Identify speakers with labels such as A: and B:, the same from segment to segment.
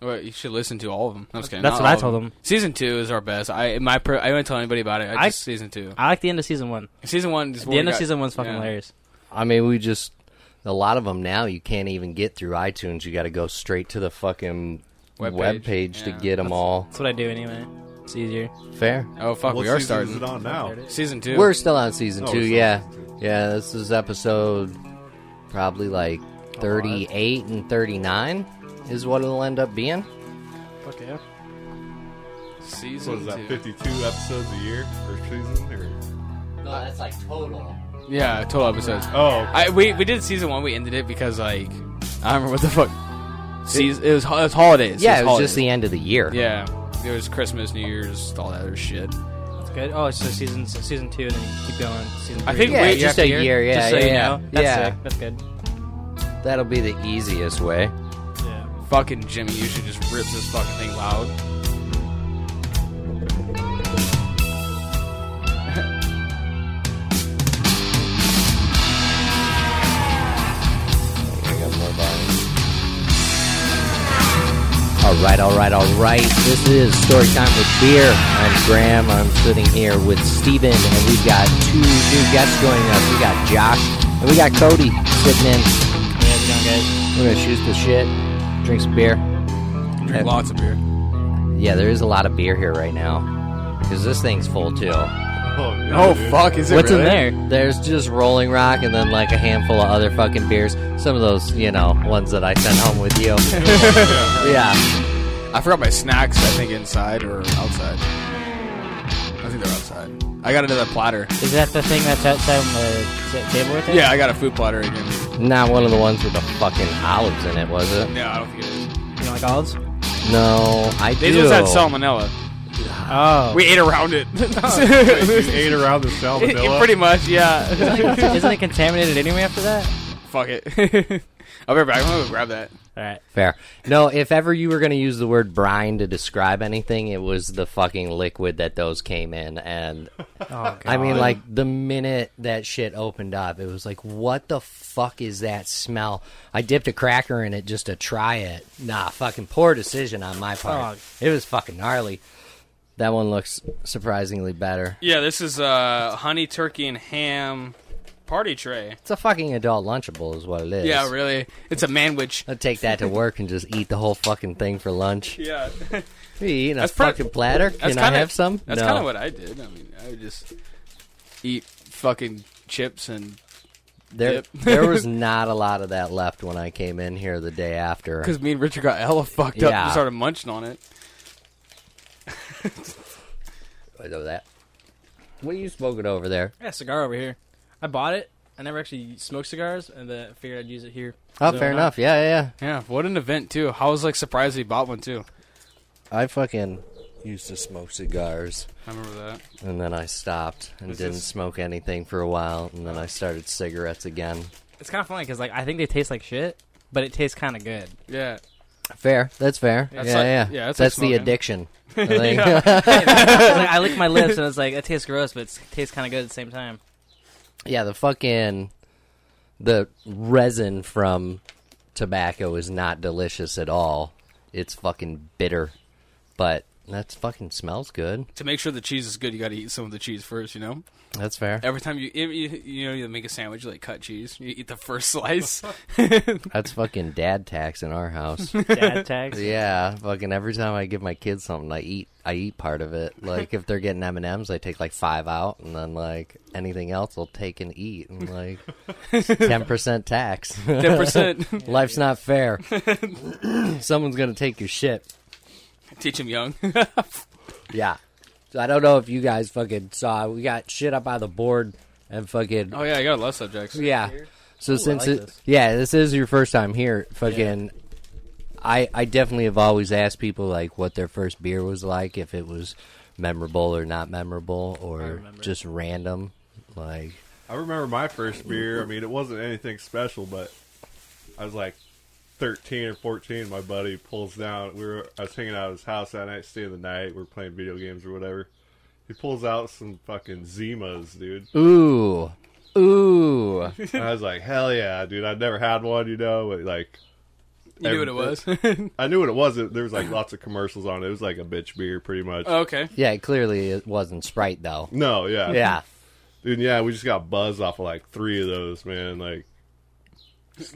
A: Well, you should listen to all of them. I'm just kidding.
B: That's
A: Not
B: what I
A: all of
B: told them.
A: Season two is our best. I my per, I don't tell anybody about it. I
B: I-
A: just season two.
B: I like the end of season one.
A: season one. Is
B: the end of season one's fucking hilarious.
C: I mean, we just a lot of them now you can't even get through iTunes. You got to go straight to the fucking
A: Web
C: web,
A: page,
C: page to
A: yeah.
C: get them all.
B: That's what I do anyway. It's easier.
C: Fair.
A: Oh fuck,
D: what
A: we are
D: season is
A: starting
D: it on now?
A: season two.
C: We're still on season
D: No,
C: two.
D: we're still
C: Yeah,
D: on season
C: yeah. This is episode probably like thirty-eight and thirty-nine is what it'll end up being.
B: Fuck yeah.
D: What
A: season
D: is that?
A: two.
D: Fifty-two episodes a year or season? Or
C: No, that's like total.
A: Yeah, total episodes.
D: oh, okay.
A: I we we did season one. We ended it because like I don't remember what the fuck. Season, it, was ho- it was holidays.
C: Yeah, it
A: it
C: was just the end of the year.
A: holidays. yeah. It was Christmas, New Year's, all that other shit.
B: It's good. Oh, it's just season season two, and then you keep going. Season three.
A: I think
C: Yeah,
A: wait,
C: it's just a year. Yeah,
B: just so
C: yeah,
B: you
C: yeah.
B: know. That's
C: Yeah.
B: sick. That's good.
C: That'll be the easiest way.
B: Yeah.
A: Fucking Jimmy, you should just rip this fucking thing loud.
C: All right, all right, all right. This is Story Time with Beer. I'm Graham. I'm sitting here with Steven, and we've got two new guests joining us. We got Josh, and we got Cody sitting in.
B: Yeah, how's it going, guys?
C: We're going to shoot the shit, drink some beer.
A: Drink lots of beer.
C: Yeah, there is a lot of beer here right now because this thing's full too.
D: oh, yeah,
A: Oh
D: dude.
A: fuck, is it
B: What's
A: really?
B: in there?
C: There's just Rolling Rock and then like a handful of other fucking beers. Some of those, you know, ones that I sent home with you. yeah.
A: I forgot my snacks. I think inside or outside. I think they're outside. I got another platter.
B: Is that the thing that's outside on the t- table right there?
A: Yeah, I got a food platter again.
C: Not one of the ones with the fucking olives in it, was it?
A: No, I don't think it is.
B: You don't like olives?
C: No, I
A: These
C: do.
A: ones had salmonella.
B: Oh.
A: We ate around it.
D: You ate around the salmonella.
A: Pretty much, yeah.
B: Isn't it contaminated anyway after that?
A: Fuck it. I'll be right back. I'm gonna go grab that.
B: All right.
C: Fair. No, if ever you were going to use the word brine to describe anything, it was the fucking liquid that those came in. And
B: Oh,
C: I mean, like, the minute that shit opened up, it was like, what the fuck is that smell? I dipped a cracker in it just to try it. Nah, fucking poor decision on my part.
B: Fuck.
C: It was fucking gnarly. That one looks surprisingly better.
A: Yeah, this is uh, honey turkey and ham party tray.
C: It's a fucking adult Lunchable, is what it is.
A: Yeah, really. It's a manwich.
C: I'd take that to work and just eat the whole fucking thing for lunch.
A: Yeah, that's
C: You eating a
A: That's pretty-
C: fucking platter? Can
A: kinda,
C: I have some?
A: That's
C: no.
A: kind of what I did. I mean, I would just eat fucking chips and
C: There,
A: Yep.
C: there was not a lot of that left when I came in here the day after.
A: because me and Richard got hella fucked up and
C: Yeah.
A: started munching on it.
C: I know Oh, that. What are you smoking over there?
B: I got a cigar over here. I bought it. I never actually smoked cigars, and then I figured I'd use it here.
C: Oh,
B: So,
C: fair
B: uh,
C: enough. Yeah, yeah,
A: Yeah, what an event too. I was like surprised he bought one too.
C: yeah. I fucking used to smoke cigars,
A: I remember that.
C: and then I stopped and
A: This
C: didn't
A: is-
C: smoke anything for a while, and then I started cigarettes again.
B: It's kind of funny because like I think they taste like shit, but it tastes kind of good.
A: Yeah,
C: Fair. That's fair.
A: That's
C: yeah,
A: like-
C: yeah,
A: yeah, that's like
C: That's the
A: smoking.
C: addiction. I think.
B: It's like, I lick my lips and it's like it tastes gross, but it's- it tastes kind of good at the same time.
C: Yeah, the fucking the resin from tobacco is not delicious at all. It's fucking bitter, but that fucking smells good.
A: to make sure the cheese is good, you got to eat some of the cheese first. You know,
C: That's fair.
A: every time you you, you know you make a sandwich, you like cut cheese. You eat the first slice.
C: That's fucking dad tax in our house.
B: Dad tags.
C: yeah, fucking every time I give my kids something, I eat I eat part of it. Like if they're getting M and M's, I take like five out, and then like anything else, I'll take and eat, and like ten percent tax.
A: Ten percent.
C: Life's not fair. Someone's gonna take your shit.
A: Teach him young.
C: Yeah. So I don't know if you guys fucking saw. We got shit up on the board and fucking
A: oh yeah, I got a lot of subjects.
C: yeah. So since
B: like
C: it
B: this.
C: yeah, this is your first time here. Fucking, I I definitely have always asked people like what their first beer was like, if it was memorable or not memorable or just random. Like
D: I remember my first beer. I mean, it wasn't anything special, but I was like 13 or 14. My buddy pulls down. We were I was hanging out at his house that night, staying the night. We were playing video games or whatever. He pulls out some fucking Zimas, dude.
C: ooh ooh
D: And I was like, hell yeah, dude. I'd never had one, you know. But like,
A: You knew what it was. oh,
D: I knew what it was. It- There was like lots of commercials on it. It was like a bitch beer, pretty much.
A: okay.
C: Yeah, it clearly it wasn't Sprite though.
D: no, yeah,
C: Yeah.
D: Dude, yeah, we just got buzzed off of like three of those, man. Like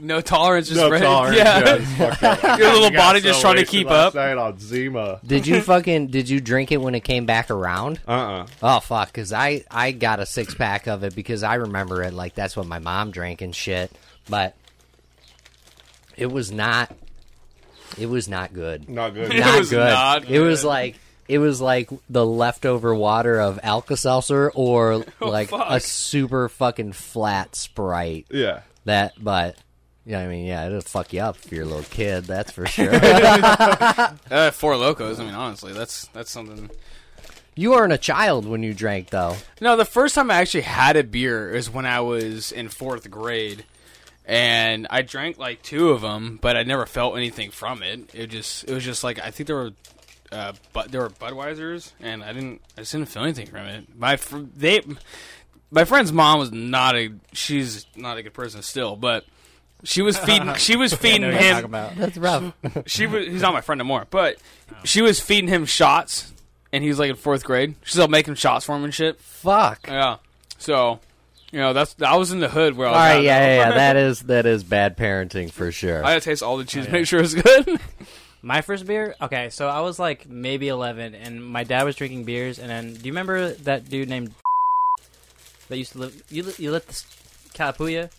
A: No tolerance, just
D: no
A: red.
D: tolerance.
A: Yeah.
D: Yeah, it's fucked up.
A: Your little
D: We got
A: body just
D: so
A: trying to
D: wasted
A: keep
D: last
A: up.
D: Night on Zima.
C: Did you fucking did you drink it when it came back around?
D: Uh uh
C: Oh fuck, because I I got a six pack of it because I remember it like that's what my mom drank and shit. But it was not. It was not good.
D: Not good.
A: It
C: Not
A: was
C: good.
A: not
C: It was
A: good.
C: like it was like the leftover water of Alka Seltzer or like a
A: Oh, fuck.
C: super fucking flat Sprite.
D: yeah.
C: That, but yeah, I mean, yeah, it'll fuck you up if you're a little kid. That's for sure.
A: Uh, four locos. I mean, honestly, that's that's something.
C: you weren't a child when you drank though.
A: No, the first time I actually had a beer is when I was in fourth grade, and I drank like two of them, but I never felt anything from it. It just it was just like I think there were, uh, but there were Budweisers, and I didn't I just didn't feel anything from it. My fr- they, my friend's mom was not a she's not a good person still, but. She was feeding. She was feeding him.
C: That's rough.
A: she was he's not my friend anymore, but she was feeding him shots and he was like in fourth grade. She's like making shots for him and shit.
C: Fuck.
A: Yeah. So you know, that's I was in the hood where I
C: All
A: was
C: right,
A: at.
C: yeah, yeah, yeah, that is that is bad parenting for sure.
A: I had to taste all the cheese to make sure it was good.
B: My first beer? Okay, so I was like maybe 11, and my dad was drinking beers. And then, do you remember that dude named that used to live? You, li- you lit this Kalapuya?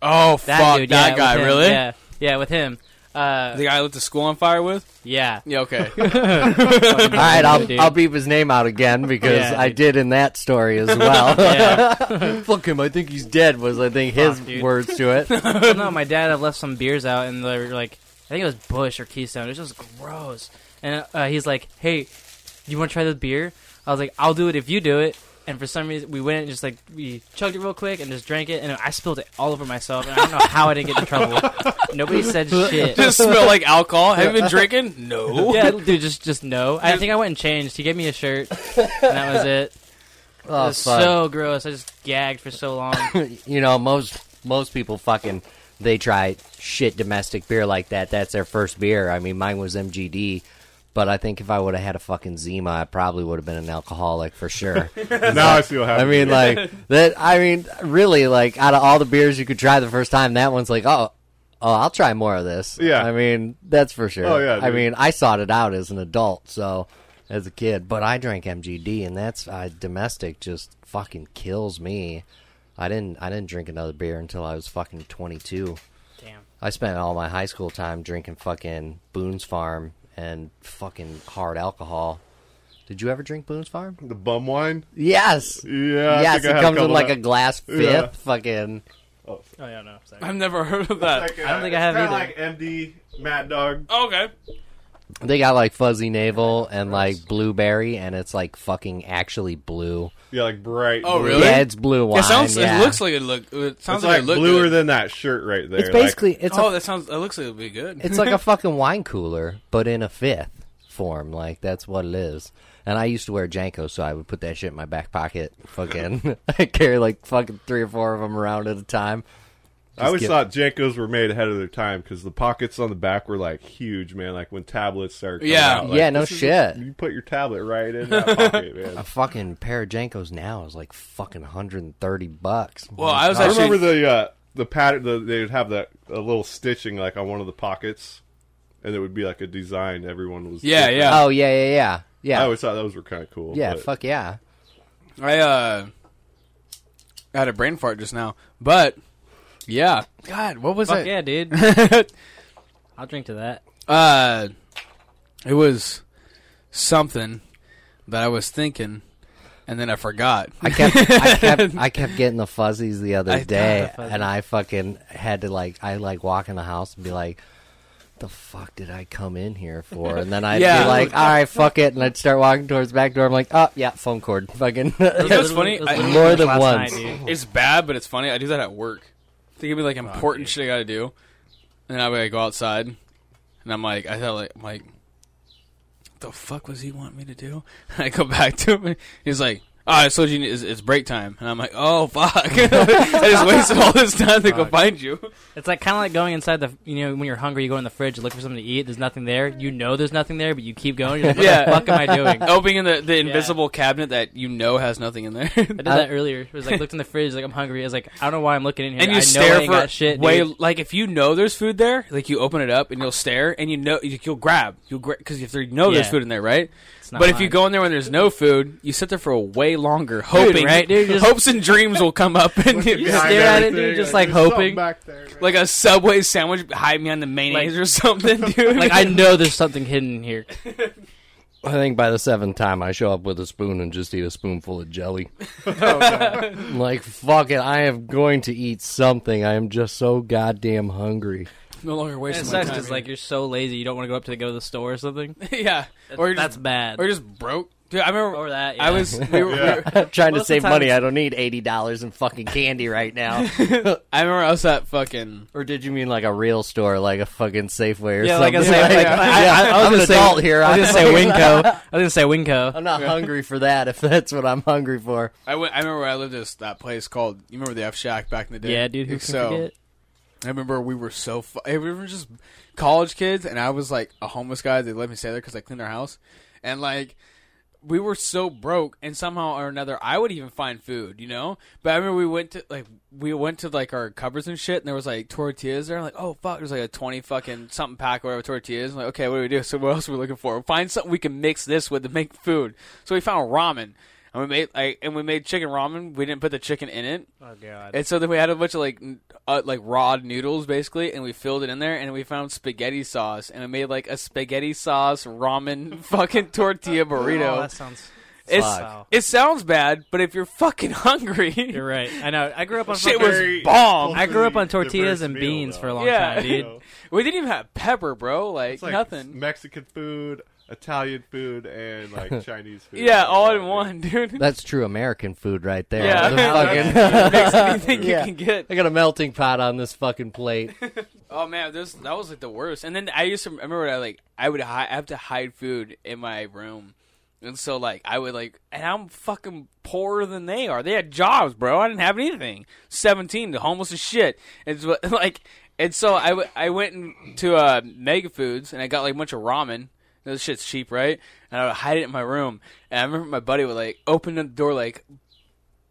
A: oh
B: That
A: fuck
B: dude, yeah,
A: that
B: with
A: guy,
B: him,
A: really?
B: Yeah, yeah, with him. Uh,
A: The guy I lit the school on fire with?
B: yeah.
A: Yeah, okay.
C: All right, I'll
B: Dude.
C: I'll beep his name out again because
B: Yeah.
C: I did in that story as well.
B: yeah.
C: Fuck him! I think he's dead. Was I think his
B: Fuck, dude.
C: words to it?
B: Well, no, my dad had left some beers out, and they were like, I think it was Bush or Keystone. It was just gross. And uh, he's like, "Hey, you want to try this beer?" I was like, "I'll do it if you do it." And for some reason, we went and just like we chugged it real quick and just drank it, and I spilled it all over myself. And I don't know how I didn't get in trouble. Nobody said shit.
A: Just smell like alcohol. Have you been drinking? No.
B: yeah, dude, just just no. I think I went and changed. He gave me a shirt, and that was it. it
C: Oh
B: was
C: fuck!
B: so gross. I just gagged for so long.
C: you know most most people fucking they try shit domestic beer like that that's their first beer i mean mine was mgd but i think if i would have had a fucking zima i probably would have been an alcoholic for sure
D: Now I see what
C: i
D: happened.
C: mean like that i mean really like out of all the beers you could try the first time that one's like oh oh i'll try more of this
D: Yeah.
C: i mean that's for sure
D: Oh, yeah,
C: i
D: dude.
C: mean i sought it out as an adult so as a kid but i drank mgd and that's uh, domestic just fucking kills me I didn't I didn't drink another beer until I was fucking 22.
B: Damn.
C: I spent all my high school time drinking fucking Boone's Farm and fucking hard alcohol. Did you ever drink Boone's Farm?
D: the bum wine.
C: Yes.
D: Yeah, I
C: yes,
D: think I
C: it
D: had
C: comes
D: couple
C: in like
D: of-
C: a glass
D: Yeah.
C: fifth fucking
B: Oh yeah, no. Sorry.
A: I've never heard of that.
D: Like, uh,
B: I don't think I have
D: it's
B: either.
D: kinda Like MD Mad Dog.
A: Okay.
C: They got like fuzzy navel and like blueberry and it's like fucking actually blue.
D: Yeah, like bright.
A: Oh,
D: blue.
A: Really?
C: Yeah, it's blue wine.
A: It sounds
C: yeah.
A: it looks like it look it sounds like,
D: It's like
A: it looked
D: bluer
A: good.
D: than that shirt right there.
C: It's basically it's
A: Oh,
C: a,
A: that sounds it looks like it would be good.
C: it's like a fucking wine cooler, but in a fifth form. Like that's what it is. And I used to wear Janko, so I would put that shit in my back pocket. Fucking, I carry like fucking three or four of them around at a time.
D: I always
C: give-
D: thought Jankos were made ahead of their time because the pockets on the back were like huge, man. Like when tablets started coming
A: Yeah.
D: out, like,
C: Yeah, no
D: this is-
C: shit.
D: you put your tablet right in that pocket, man.
C: A fucking pair of Jankos now is like fucking 130 bucks.
A: Well, I was
D: I
A: actually
D: remember the uh, the pattern. The, they would have that a little stitching like on one of the pockets, and it would be like a design. Everyone was
A: Yeah,
D: different.
A: yeah.
C: Oh yeah, yeah, yeah, yeah,
D: I always thought those were kind of cool.
C: yeah.
D: but-
C: Fuck yeah.
A: I uh had a brain fart just now, but yeah. God, what was it?
B: Fuck yeah, dude. I'll drink to that.
A: uh, it was something that I was thinking, and then I forgot.
C: I kept, I kept, I kept getting the fuzzies the other
A: I-
C: day,
B: the fuzzies.
C: and I fucking had to like, I like walk in the house and be like, "The fuck did I come in here for?" And then I'd
A: Yeah.
C: be like, "All right, fuck it," and I'd start walking towards the back door. I'm like, "Oh yeah, phone cord, fucking."
A: know what's funny? I-
C: More than once.
A: it's bad, but it's funny. I do that at work. They give me like important shit I gotta do, and I like go outside, and I'm like, I thought like, I'm like, the fuck was he wanting me to do? And I go back to him, and he's like, Oh, I told you it's, it's break time, and I'm like, oh fuck! I just wasted all this time to go find you.
B: It's like kind of like going inside the you know when you're hungry you go in the fridge look for something to eat there's nothing there you know there's nothing there but you keep going you're like what
A: Yeah.
B: the fuck am I doing I
A: Opening the, the invisible cabinet that you know has nothing in there,
B: did that earlier it was like looked in the fridge like I'm hungry I was like I don't know why I'm looking in here
A: Uh, and you
B: I know I
A: stare
B: ain't
A: for
B: got shit
A: way
B: dude.
A: like if you know there's food there, like you open it up and you'll stare and you know you'll grab you'll because if you know there's
B: Yeah.
A: food in there, right?
B: It's
A: But
B: not
A: if you
B: mine.
A: go in there when there's no food, you sit there for way longer, hoping
B: right? Dude, just-
A: hopes and dreams will come up and
B: You just stare at it, dude, just, like, hoping.
D: Back there, man.
A: like a subway sandwich hide behind the mayonnaise or something, dude.
B: like I know there's something hidden here
C: I think by the seventh time, I show up with a spoon and just eat a spoonful of jelly.
B: Oh,
C: I'm like, fuck it, I am going to eat something. I am just so goddamn hungry.
A: no longer wasting
B: it
A: my
B: sucks
A: time.
B: because like you're so lazy you don't want to go up to the, go to the store or something
A: yeah, or
B: or
A: you're
B: that's
A: just,
B: bad
A: or you're just broke, dude. I remember
B: Or that,
A: I
B: yeah.
A: was we were, we were-
C: I'm trying to
B: Most of the
C: save
B: time
C: money.
B: it's-
C: I don't need $80 in fucking candy right now.
A: I remember I was at fucking
C: or did you mean like a real store, like a fucking Safeway or
B: yeah, like
C: something?
B: I say, like, I, I, I was
C: am
B: gonna
C: an
B: say,
C: adult here.
B: I was gonna say Winco.
C: I'm-
B: I was gonna say Winco.
C: I'm not hungry for that if that's what I'm hungry for.
A: I went. I remember where I lived at that place called. You remember the F Shack back in the day?
B: Yeah, dude. Who can
A: so
B: forget?
A: I remember we were so. Fu- we were just college kids, and I was like a homeless guy. They let me stay there because I cleaned their house, and like we were so broke, and somehow or another, I would even find food, you know. But I remember we went to like we went to like our cupboards and shit, and there was like tortillas there. like, oh fuck, there's like a twenty fucking something pack or whatever tortillas. I'm like, okay, what do we do? So what else are we looking for? Find something we can mix this with to make food. So we found ramen. And we made like, and we made chicken ramen. We didn't put the chicken in it.
B: Oh god.
A: And so then we had a bunch of like n- uh, like raw noodles basically, and we filled it in there, and we found spaghetti sauce, and we made like a spaghetti sauce ramen fucking
B: Oh,
A: tortilla burrito.
B: that sounds.
A: it's
B: Fuck.
A: it sounds bad, but if you're fucking hungry,
B: You're right. I know. I grew up on
A: shit
B: fucking-
A: was bomb.
B: I grew up on
D: The first
B: tortillas and
D: meal,
B: beans
D: though.
B: for a long
A: Yeah.
B: time, dude.
D: So,
A: we didn't even have pepper, bro. Like,
D: it's like
A: nothing.
D: Mexican food, Italian food, and like Chinese food.
A: yeah, all in one, dude.
C: That's true American food right there.
A: Yeah.
C: The fucking-
A: Mix anything
C: Yeah.
A: you can get.
C: I got a melting pot on this fucking plate.
A: Oh man, this that was like the worst. And then I used to remember I like I would hi- I have to hide food in my room, and so like I would like and I'm fucking poorer than they are. They had jobs, bro. I didn't have anything. Seventeen, the homeless as shit. It's what- like and so I, w- I went in to uh, Mega Foods and I got like a bunch of ramen. This shit's cheap, right? And I would hide it in my room. And I remember my buddy would like open the door, like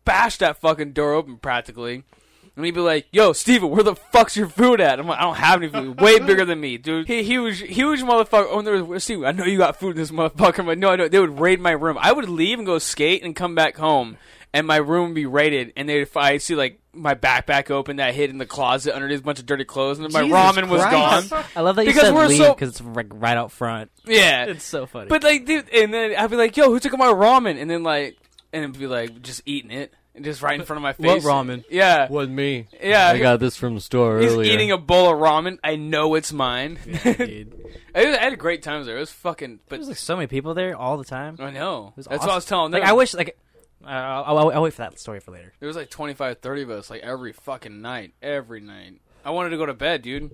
A: bash that fucking door open practically. And he'd be like, "Yo, Steven, where the fuck's your food at?" I'm like, "I don't have any food. Way bigger than me, dude. He huge, huge motherfucker. Oh, there was Steven. I know you got food in this motherfucker. I'm like, no, I don't. They would raid my room. I would leave and go skate and come back home, and my room would be raided. And they, if I see like my backpack open that I hid in the closet underneath a bunch of dirty clothes, and my
C: Jesus
A: ramen was
C: Christ.
A: gone.
B: I love that you
A: Because
B: said
A: we're
B: leave
A: so-
B: because it's like right out front.
A: Yeah,
B: It's so funny.
A: but like, dude, and then I'd be like, "Yo, who took my ramen?" And then like, and it'd be like, just eating it, and just right in front of my
B: What
A: face.
B: ramen?
A: Yeah,
C: Was me.
A: Yeah.
C: I got this from the store
A: He's
C: earlier.
A: eating a bowl of ramen. I know it's mine.
B: dude.
A: I, I had great times there. It was fucking. But
B: There's like so many people there all the time. It
A: I know.
B: was
A: That's what I was
B: awesome.
A: telling them.
B: Like I wish like I- I'll, I'll, I'll wait for that story for later.
A: there was like 25, 30 of us, like every fucking night, every night. I wanted to go to bed, dude.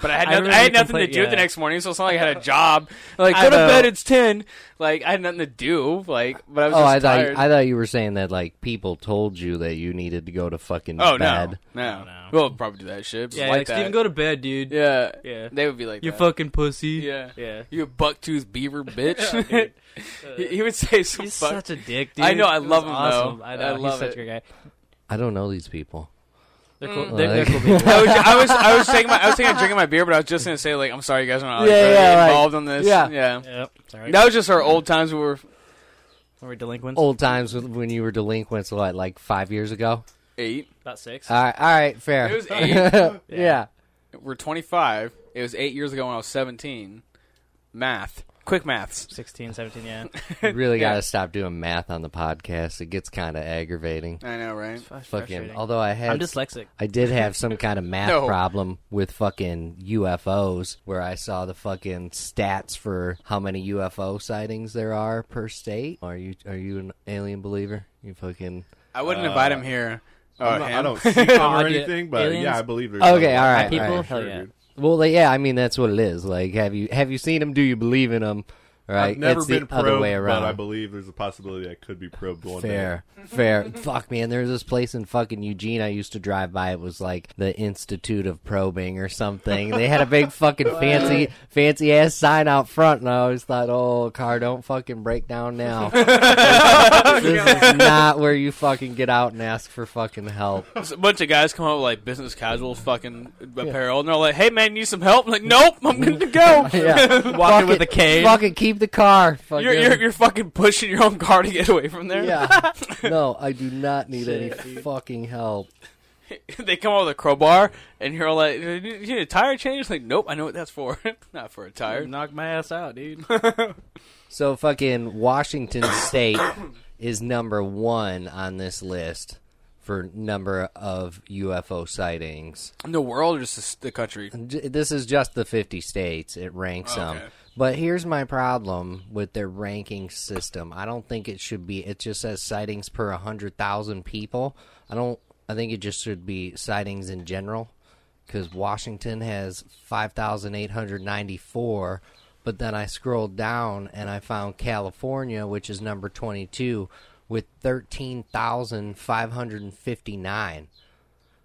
A: But I had
B: I
A: nothing, I,
B: remember
A: had nothing
B: complete-
A: to do
B: yeah.
A: the next morning, so it's not like I had a job. Like
B: I
A: go to
B: know.
A: bed, it's ten. Like I had nothing to do. Like, but I was
C: Oh,
A: just
C: I thought
A: tired.
C: I thought you were saying that like people told you that you needed to go to fucking
A: oh no,
C: bed.
A: no,
B: no.
A: We'll probably do that shit. but
B: Yeah,
A: like
B: like,
A: that.
B: Steven, go to bed, dude.
A: yeah,
B: Yeah.
A: They would be like,
B: You
A: that.
B: fucking pussy.
A: yeah,
B: Yeah.
A: You bucktooth beaver bitch.
B: dude.
A: he, he would say some
B: He's
A: fuck.
B: such a dick, dude.
A: I know, I
B: It was
A: love him,
B: awesome.
A: though.
B: I
A: I
B: know.
A: love
B: He's such
A: it.
B: a good guy.
C: I don't know these people.
B: They're cool.
C: Mm.
B: They're, they're cool
C: Like-
B: people.
A: I was, I was I was taking my I was taking a drink of my beer, but I was just gonna say like I'm sorry you guys are not like,
C: Yeah,
A: really
C: yeah, like-
A: involved on this.
C: yeah.
B: Yep. It's all right.
A: that was just our old times. We were
B: We're delinquents.
C: Old times when- when you were delinquents, what like five years ago?
A: eight.
B: About six.
C: All right, all right, fair.
A: It was eight.
C: yeah.
A: We're 25. It was eight years ago when I was 17. Math, quick maths.
B: 16, 17, yeah.
C: You really
A: Yeah.
C: got to stop doing math on the podcast. It gets kind of aggravating.
A: I know, right?
C: Fucking.
B: Frustrating.
C: Although I had
B: I'm dyslexic.
C: I did have some kind of math
A: No.
C: problem with fucking UFOs where I saw the fucking stats for how many UFO sightings there are per state. Are you are you an alien believer? You fucking
A: I wouldn't invite him here. Oh,
D: I'm
A: him?
D: not- Uh, I don't see them or
B: dude.
D: anything, but
B: Aliens?
D: yeah, I believe there's
C: Okay, all right,
B: people?
C: all right.
B: Hell yeah.
C: Well, like, yeah, I mean that's what it is. Like have you have you seen them? Do you believe in them? Right?
D: I've never
C: it's
D: been
C: the other
D: probed,
C: way around.
D: but I believe there's a possibility I could be probed one
C: Fair,
D: day.
C: fair. Fuck, man. There was this place in fucking Eugene I used to drive by. It was like the Institute of Probing or something. They had a big fucking fancy, fancy ass sign out front, and I always thought, oh, car, don't fucking break down now. this is not where you fucking get out and ask for fucking help.
A: A bunch of guys come up with like business casual fucking apparel, and they're like, "Hey man, you need some help?" I'm like, nope, I'm good to go.
C: Yeah.
B: Walking
C: Fuck
B: with a
C: it.
B: cane.
C: Fucking keep the car. Fucking.
A: You're, you're you're fucking pushing your own car to get away from there.
C: yeah. No, I do not need any fucking help.
A: they come out with a crowbar, and you're all like, "You need a tire change?" Like, nope, I know what that's for. Not for a tire.
B: Knock my ass out, dude.
C: So fucking Washington State is number one on this list for number of UFO sightings.
A: In the world, or just the s- the country.
C: J- This is just the 50 states. It ranks them.
A: Okay.
C: But here's my problem with their ranking system. I don't think it should be. It just says sightings per 100,000 people. I don't. I think it just should be sightings in general because Washington has 5,894. But then I scrolled down and I found California, which is number 22, with 13,559.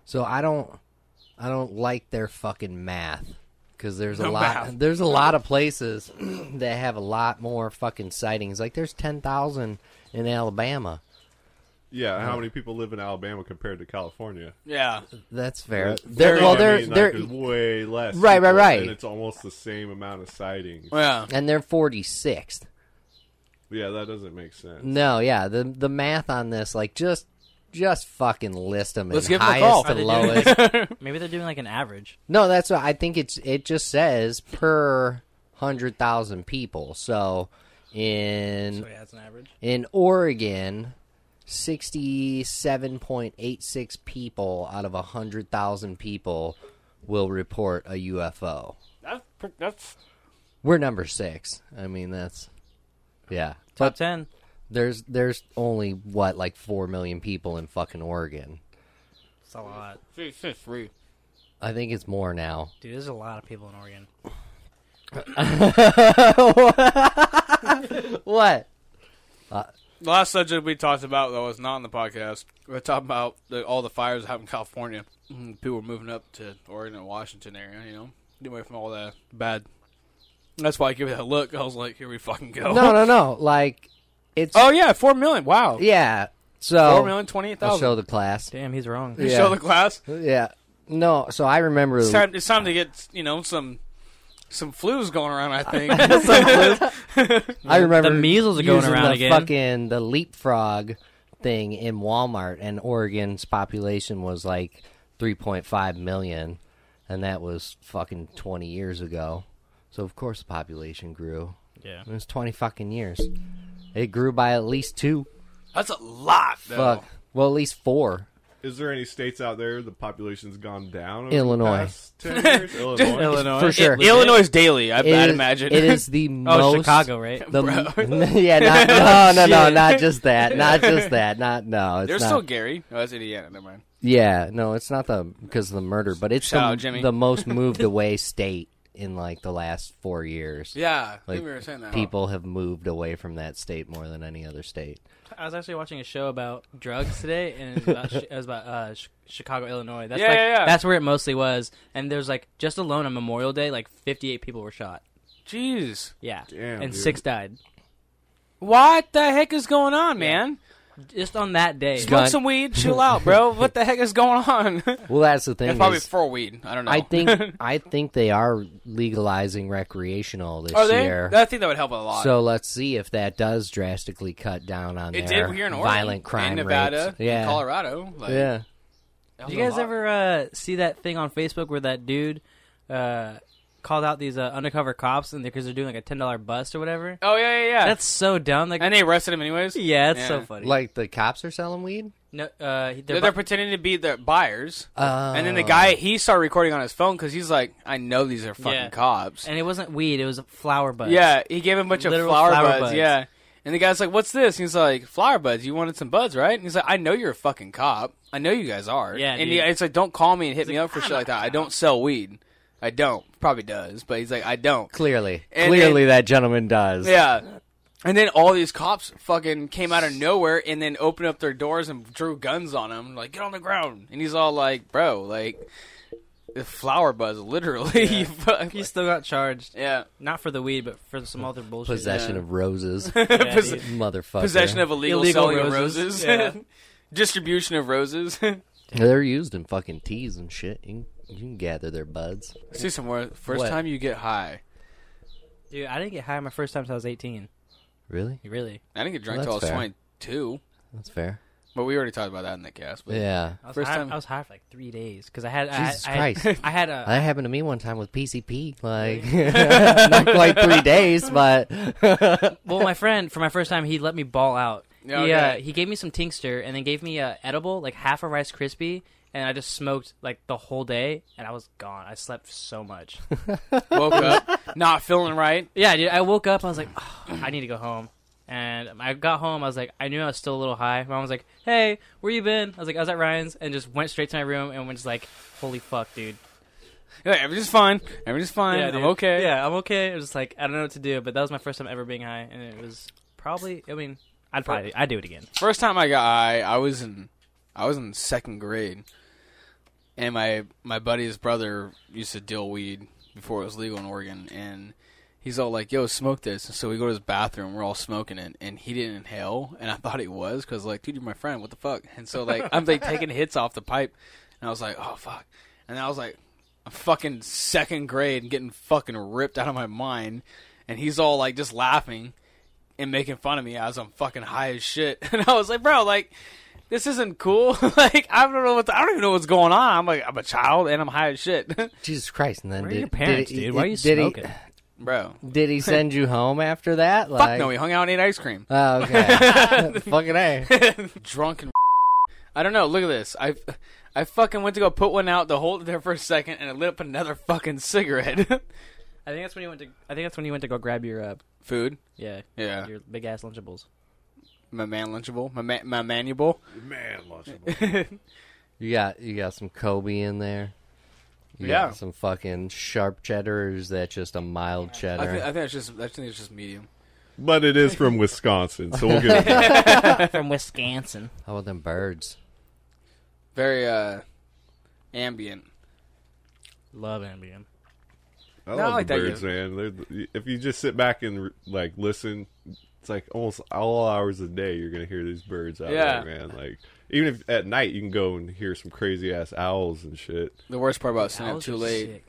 C: So I don't. I don't like their fucking math because there's a
A: No
C: lot
A: math.
C: there's a lot of places that have a lot more fucking sightings. Like there's ten thousand in Alabama.
D: Yeah, how many people live in Alabama compared to California?
A: Yeah,
C: That's fair.
D: I
C: They're, well,
D: mean,
C: they're
D: like,
C: they're
D: there's way less.
C: Right, right,
D: people,
C: right.
D: And it's almost the same amount of sightings.
A: yeah.
C: and they're forty sixth.
D: Yeah, that doesn't make sense.
C: No, yeah, the the math on this, like just just fucking list them.
A: Let's
C: in
A: give 'em a call.
C: highest
B: Are they
C: to
B: doing-
C: lowest.
B: Maybe they're doing like an average.
C: No, that's what I think it's it just says per 100,000 people. So in
B: So yeah, it's an average.
C: in Oregon, 67.86 people out of 100,000 people will report a UFO.
A: That's pr- that's
C: We're number 6. I mean, that's yeah.
B: Top
C: But
B: ten.
C: there's there's only what like 4 million people in fucking Oregon.
B: It's a lot,
A: free.
C: I think it's more now.
B: dude. There's a lot of people in Oregon.
C: What?
A: The last subject we talked about that was not on the podcast. We were talking about the, all the fires that happened in California. Mm, People were moving up to Oregon and Washington area. You know, get away from all that bad. That's why I give it that look. I was like, here we fucking go.
C: No, no, no. Like it's
A: Oh yeah, four million. Wow.
C: Yeah. So
A: Four million twenty eight
C: I'll show
A: thousand.
C: the class.
B: Damn, he's wrong.
C: Yeah.
A: Show the class.
C: Yeah. No, so I remember
A: It's time. It's time to get you know some some flus going around. I think.
C: I remember
B: The measles are going
C: using
B: around
C: the
B: again.
C: Fucking the leapfrog thing in Walmart and Oregon's population was like 3.5 million and that was fucking 20 years ago. So of course the population grew.
B: Yeah.
C: It was 20 fucking years. It grew by at least 2.
A: That's a lot. Though.
C: Fuck. Well, at least 4.
D: Is there any states out there the population's gone down? Over
C: Illinois.
D: The past 10 years? Illinois.
B: Illinois
C: For sure.
A: Illinois is daily. I,
C: It
A: I'd
C: is-
A: imagine.
C: It is the most
B: Oh, Chicago, right?
C: The, yeah, not, no, no, no, not just that, not just that, not no. It's
A: There's
C: not,
A: still Gary. Oh, that's Indiana. Never mind.
C: yeah, no, it's not the because of the murder, but it's
A: Shout
C: the,
A: out, Jimmy.
C: the most moved away state in like the last four years.
A: Yeah, I
C: Like,
A: think we were saying that.
C: people have moved away from that state more than any other state.
B: I was actually watching a show about drugs today, and it was about, it was about uh, Ch- Chicago, Illinois. That's
A: Yeah,
B: like,
A: yeah, yeah.
B: That's where it mostly was. And there's like just alone on Memorial Day, like 58 people were shot.
A: Jeez,
B: Yeah,
D: Damn,
B: and
D: dude.
B: six died
A: what the heck is going on, man?
B: just on that day.
A: Smoke
C: Gun-
A: some weed, chill out, bro. What the heck is going on?
C: Well, that's the thing.
A: It's probably
C: is,
A: for weed. I don't know.
C: I think I think they are legalizing recreational this
A: Are they?
C: year.
A: I think that would help a lot.
C: So let's see if that does drastically cut down on
A: it
C: their
A: did here in Oregon,
C: violent crime
A: in Nevada,
C: rates.
A: in
C: Yeah,
A: Colorado. Like,
C: yeah.
A: that
B: Did
A: was
B: you
A: a
B: guys
A: lot.
B: ever uh, see that thing on Facebook where that dude uh, called out these uh, undercover cops and because they're doing like a ten dollar bust or whatever?
A: Oh yeah, yeah, yeah.
B: That's so dumb. Like,
A: and they arrested him anyways.
B: yeah, it's
A: Yeah.
B: so funny.
C: Like the cops are selling weed?
B: no, uh,
A: They're,
B: they're,
A: they're pretending to be the buyers,
B: Oh.
C: Uh,
A: and then the guy he started recording on his phone because he's like, "I know these are fucking
B: Yeah.
A: cops."
B: and it wasn't weed; it was flower buds.
A: Yeah, he gave him a bunch of
B: Literal
A: flower,
B: flower
A: buds,
B: buds.
A: Yeah, and the guy's like, "What's this?" He's like, "Flower buds. You wanted some buds, right?" And he's like, "I know you're a fucking cop. I know you guys are."
B: Yeah,
A: and
B: dude.
A: he, it's like, "Don't call me and hit me
B: like,
A: up for
B: "I'm
A: shit
B: not
A: like
B: a
A: that. I
B: cop."
A: don't sell weed. I don't. Probably does, but he's like, I don't.
C: Clearly,
A: And
C: clearly
A: then-
C: that gentleman does.
A: Yeah. And then all these cops fucking came out of nowhere and then opened up their doors and drew guns on him, like, get on the ground. And he's all like, bro, like, the flower buzz, literally. You fuck-
B: He still got charged,
A: yeah.
B: not for the weed, but for some other bullshit.
C: Possession
A: Yeah.
C: of roses,
B: Yeah,
A: Pos-
B: dude.
C: motherfucker.
A: Possession of illegal,
B: Illegal
A: selling of
B: roses.
A: roses.
B: Yeah.
A: Distribution of roses.
C: They're used in fucking teas and shit. You can, you can gather their buds.
A: See some more. First
C: What?
A: time you get high.
B: Dude, I didn't get high my first time since I was 18.
C: Really?
B: Really?
A: I didn't get drunk
C: Well,
A: till I was
C: that's fair.
A: 22,
C: That's fair.
A: but we already talked about that in the cast. But
C: Yeah.
B: I was,
A: First
B: high,
A: time-
B: I was high for like three days because I had I-
C: Jesus
B: I, had-
C: Christ.
B: I had a
C: That happened to me one time with PCP. Like, not quite three days, but
B: well, my friend for my first time he let me ball out.
A: Yeah,
B: He, uh,
A: okay.
B: he gave me some tincture and then gave me a edible like half a Rice crispy and I just smoked like the whole day and I was gone. I slept so much.
A: Woke up, not feeling right.
B: Yeah, dude. I woke up. I was like, "Oh, I need to go home. And I got home. I was like, I knew I was still a little high. My mom was like, Hey, where you been? I was like, I was at Ryan's, and just went straight to my room and was just like, Holy fuck, dude.
A: You're like, Everything's fine. Everything's fine.
B: Yeah,
A: I'm
B: dude.
A: okay.
B: Yeah, I'm okay. It was just like I don't know what to do, but that was my first time ever being high, and it was probably. I mean, I'd probably I'd do it again.
A: first time I got high, I was in I was in second grade, and my my buddy's brother used to deal weed before it was legal in Oregon, and he's all like, "Yo, smoke this." So we go to his bathroom, we're all smoking it, and he didn't inhale, and I thought he was because like, dude, you're my friend, what the fuck? And so like, I'm like taking hits off the pipe, and I was like, "Oh fuck," and I was like. I'm fucking second grade and getting fucking ripped out of my mind, and he's all like just laughing, and making fun of me as I'm fucking high as shit. And I was like, bro, like this isn't cool. like I don't know what the, I don't even know what's going on. I'm like I'm a child and I'm high as shit,
C: Jesus Christ! And then
B: Where are
C: did,
B: your parents,
C: did he-
B: dude? Why are you
C: did he-
B: smoking?
A: bro.
C: did he send you home after that? Like,
A: Fuck no, we hung out and ate ice cream,
C: Oh, okay. Fucking a.
A: drunk and. I don't know. Look at this. I, I fucking went to go put one out to hold it there for a second, and I lit up another fucking cigarette.
B: I think that's when you went to. I think that's when you went to go grab your uh,
A: Food.
B: yeah,
A: Yeah.
B: your big ass lunchables.
A: My man lunchable. My ma- my manuable.
D: Man, lunch.
C: You got you got some Kobe in there. You
A: Yeah.
C: got some fucking sharp cheddar. Or is that just a mild
A: I, think, I
C: cheddar?
A: think it's just. I think it's just medium.
D: but it is from Wisconsin, so we'll get it. back.
B: From Wisconsin.
C: How about them birds?
A: Very uh, ambient.
B: Love Ambien.
D: I
A: I
D: love
A: like
D: the
A: that
D: birds, man. They're, the- if you just sit back and like listen, it's like almost all hours a day you're gonna hear these birds out
A: Yeah.
D: there, man. Like even if at night you can go and hear some crazy ass owls and shit.
A: The worst part about staying up
B: Owls are
A: too late.
B: sick.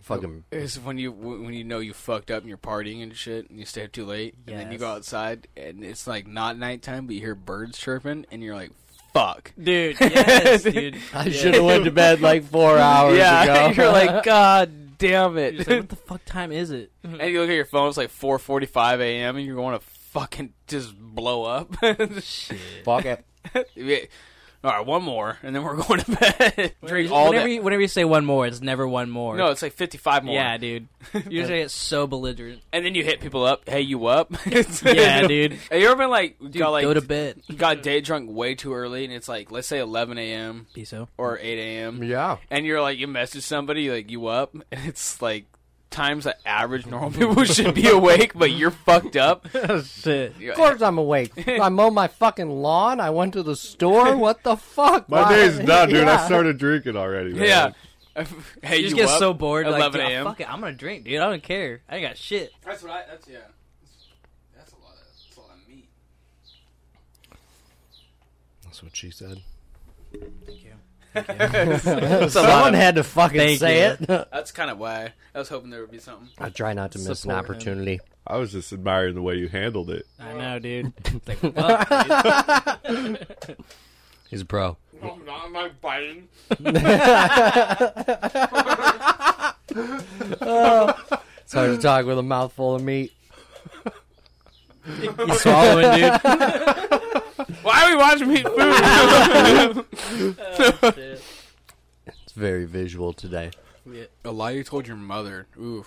C: Fucking
A: It's when you when you know you fucked up and you're partying and shit and you stay up too late and then you go
B: Yes.
A: outside and it's like not nighttime but you hear birds chirping and you're like fuck
B: dude. Yes, dude.
C: I should have went to bed like four hours
A: yeah
C: ago.
A: you're like god damn
B: You're
A: it
B: just like, what the fuck time is it?
A: and you look at your phone it's like 4:45 a.m. and you're going to fucking just blow up
C: fuck it.
A: Yeah. all right one more and then we're going to bed drink
B: Whenever
A: all
B: whenever
A: day
B: you, whenever you say one more, it's never one more.
A: no it's like 55 more
B: yeah, dude. Usually it's so belligerent.
A: and then you hit people up hey you up
B: Yeah, dude.
A: have you ever been like got like
B: go to bed.
A: got day drunk way too early and it's like let's say 11 a.m.
B: Peace out.
A: or 8 a.m.
C: Yeah.
A: and you're like you message somebody like you up and it's like times that average normal people should be awake but you're fucked up
B: Shit.
C: Of course I'm awake. I mowed my fucking lawn. I went to the store. What the fuck?
D: My
C: Why-
D: day's done, dude.
C: Yeah.
D: I started drinking already. Man.
A: yeah hey you
B: You just get
A: up?
B: so bored.
A: 11
B: like, dude,
A: a.m.
B: Fuck it, I'm gonna drink, dude. I don't care. I ain't got shit.
A: that's what I that's yeah that's a lot of that's a lot of meat
C: That's what she said.
A: that's a lot
C: Someone
A: of,
C: had to fucking
B: Thank
C: say
B: you.
C: it.
A: that's kind of why I was hoping there would be something
C: I try not to miss
B: Support
C: an
B: him.
C: opportunity.
D: I was just admiring the way you handled it.
B: I know, dude. It's like, fuck, dude.
C: He's a pro.
A: I'm not my biting
C: Oh. It's hard to talk with a mouthful of meat.
B: You swallowing, dude.
A: why are we watching me eat food
C: It's very visual today.
A: a lie you told your mother ooh